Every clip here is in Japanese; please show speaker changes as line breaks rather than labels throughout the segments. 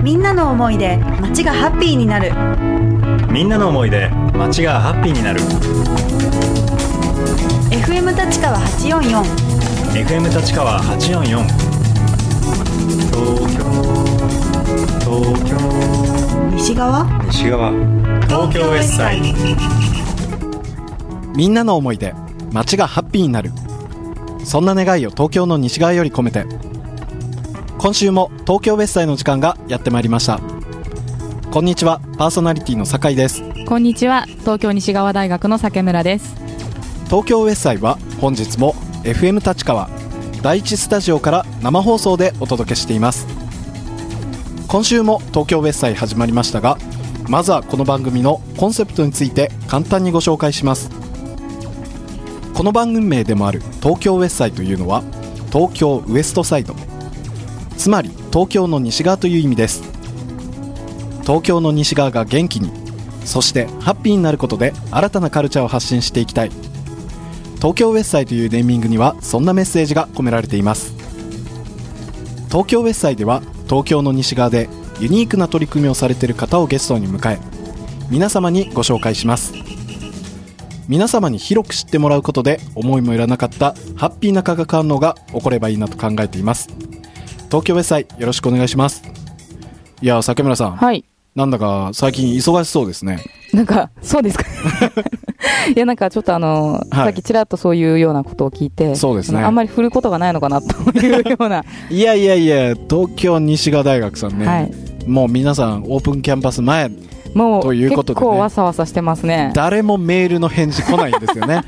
思いで街がハッピーになる
みんなの思いで街がハッピーになる
FM 立川844
FM 立川844東京東京
西側
西側東京エッサイ
みんなの思い出街がハッピーになるそんな願いを東京の西側より込めて今週も東京ウェッサイの時間がやってまいりましたこんにちはパーソナリティの酒井です
こんにちは東京西側大学の酒村です
東京ウェッサイは本日も FM 立川第一スタジオから生放送でお届けしています今週も東京ウェッサイ始まりましたがまずはこの番組のコンセプトについて簡単にご紹介しますこの番組名でもある東京ウェッサイというのは東京ウエストサイドつまり東京の西側という意味です東京の西側が元気にそしてハッピーになることで新たなカルチャーを発信していきたい東京ウェッサイというネーミングにはそんなメッセージが込められています東京ウェッサイでは東京の西側でユニークな取り組みをされている方をゲストに迎え皆様にご紹介します皆様に広く知ってもらうことで思いもよらなかったハッピーな化学反応が起こればいいなと考えています東京ウェッサイよろしくお願いしますいや酒村さん、
はい
なんだか最近忙しそうですね
なんかそう ですかいやなんかちょっとあの、さっきちらっとそういうようなことを聞いて
そうですね
あのあんまり振ることがないのかなというような、
いやいやいや東京西川大学さんね、
はい
もう皆さんオープンキャンパス前
もう
ということでね
結構わさわさしてますね
誰もメールの返事来ないんですよ ね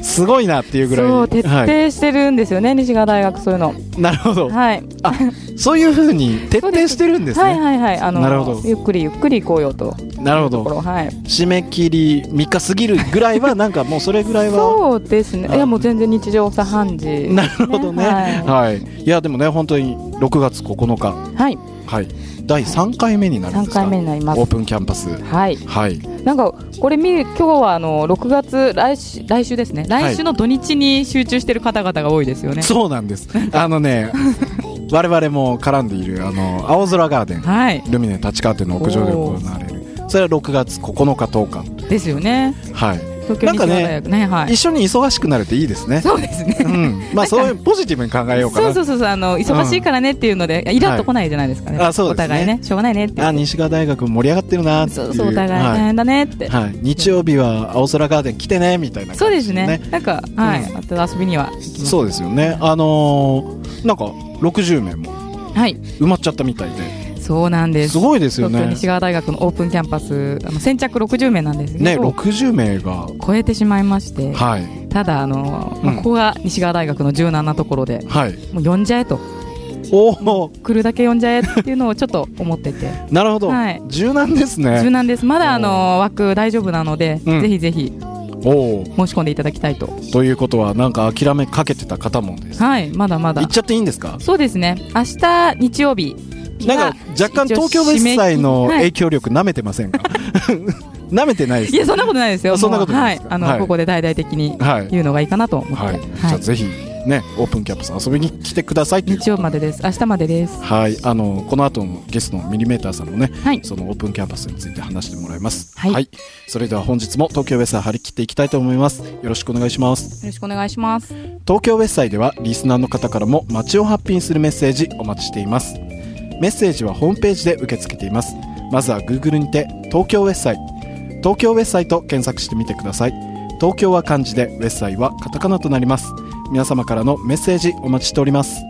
すごいなっていうぐらい
そう徹底
は
してるんですよね、西川大学そういうの
い、なるほど
はい
あそういうふうに徹底してるんですね
はいはいはいあの
なるほど
ゆっくりゆっくり行こうよと
なるほ
ところ
ど
はい
締め切り3日過ぎるぐらいはなんかもうそれぐらいは
そうですねいやもう全然日常茶飯事
なるほどね
はい
はい、い、やでもね本当に6月9日
はい
はい第3回目になるんで
3
すか
回目になります
オープンキャンパス
はい
はい
なんかこれ見今日はあの6月来週来週ですね来週の土日に集中してる方々が多いですよね。
そうなんです。あのね、我々も絡んでいるあの青空ガーデン、
はい
ルミネ立川店の屋上で行われる。それは6月9日10
ですよね。
日。はい。
東京西川大学ねはい
一。緒に忙しくなるっていいですね。
そうですね。
うん。まあそういうポジティブに考えようか
そう
な
そ。うそうそうあの忙しいからねっていうので、いやイラっと来ないじゃないですかね。
はいあそうですね
お互いねしょうがないねって。
あ、西川大学盛り上がってるなってい。
そううそうお互い大
は
変だねって。
い。はい。日曜日は青空ガーデン来てねみたいな感じ。
そうですね。。なんかはい、
うん
また遊びには行きます。
そうですよね。あのーなんか60名も
はい
埋まっちゃったみたいで、
そうなんです。
すごいですよ
東京
ね。
西川大学のオープンキャンパスあの先着60名なんですけど
ね、60名が。
超えてしまいまして。
はい。
ただあの、
う
まあ
ん
ここが西川大学の柔軟なところで
はい。
もう呼んじゃえと
おお、
来るだけ呼んじゃえっていうのをちょっと思ってて
なるほど、
はい
柔軟です
柔
ね。
軟ですまだあの枠大丈夫なので、
うん
ぜひぜひ
おお、
申し込んでいただきたいと
ということは、なんか諦めかけてた方もです。
はいまだまだ
行っちゃっていいんですか。
そうですね明日日曜日
なんか、若干
一応
東京別
締め切
裁
り
の
はい
影響力舐めてません か。舐めてないです
い
か。
やそんなことないですよ
あそんなこと
もう
な
はいい
ですか
あの、
はい
ここで大々的に
はい
言うのがいいかなと思って
は
はいい、、
じゃあ、ぜひ、ね、オープンキャンパス遊びに来てくださいという。
日曜までです明日までです
はい、あの、この後のゲストのミリメーターさんもね、
はい
そのオープンキャンパスについて話してもらいます。
はい
それでは、本日も東京ウェスは張り切っていきたいと思います。よろしくお願いします。
よろしくお願いします
東京ウェッサイではリスナーの方からも街をハッピーにするメッセージお待ちしていますメッセージはホームページで受け付けていますまずは Google にて東京ウェッサイ東京ウェッサイと検索してみてください東京は漢字でウェッサイはカタカナとなります皆様からのメッセージお待ちしております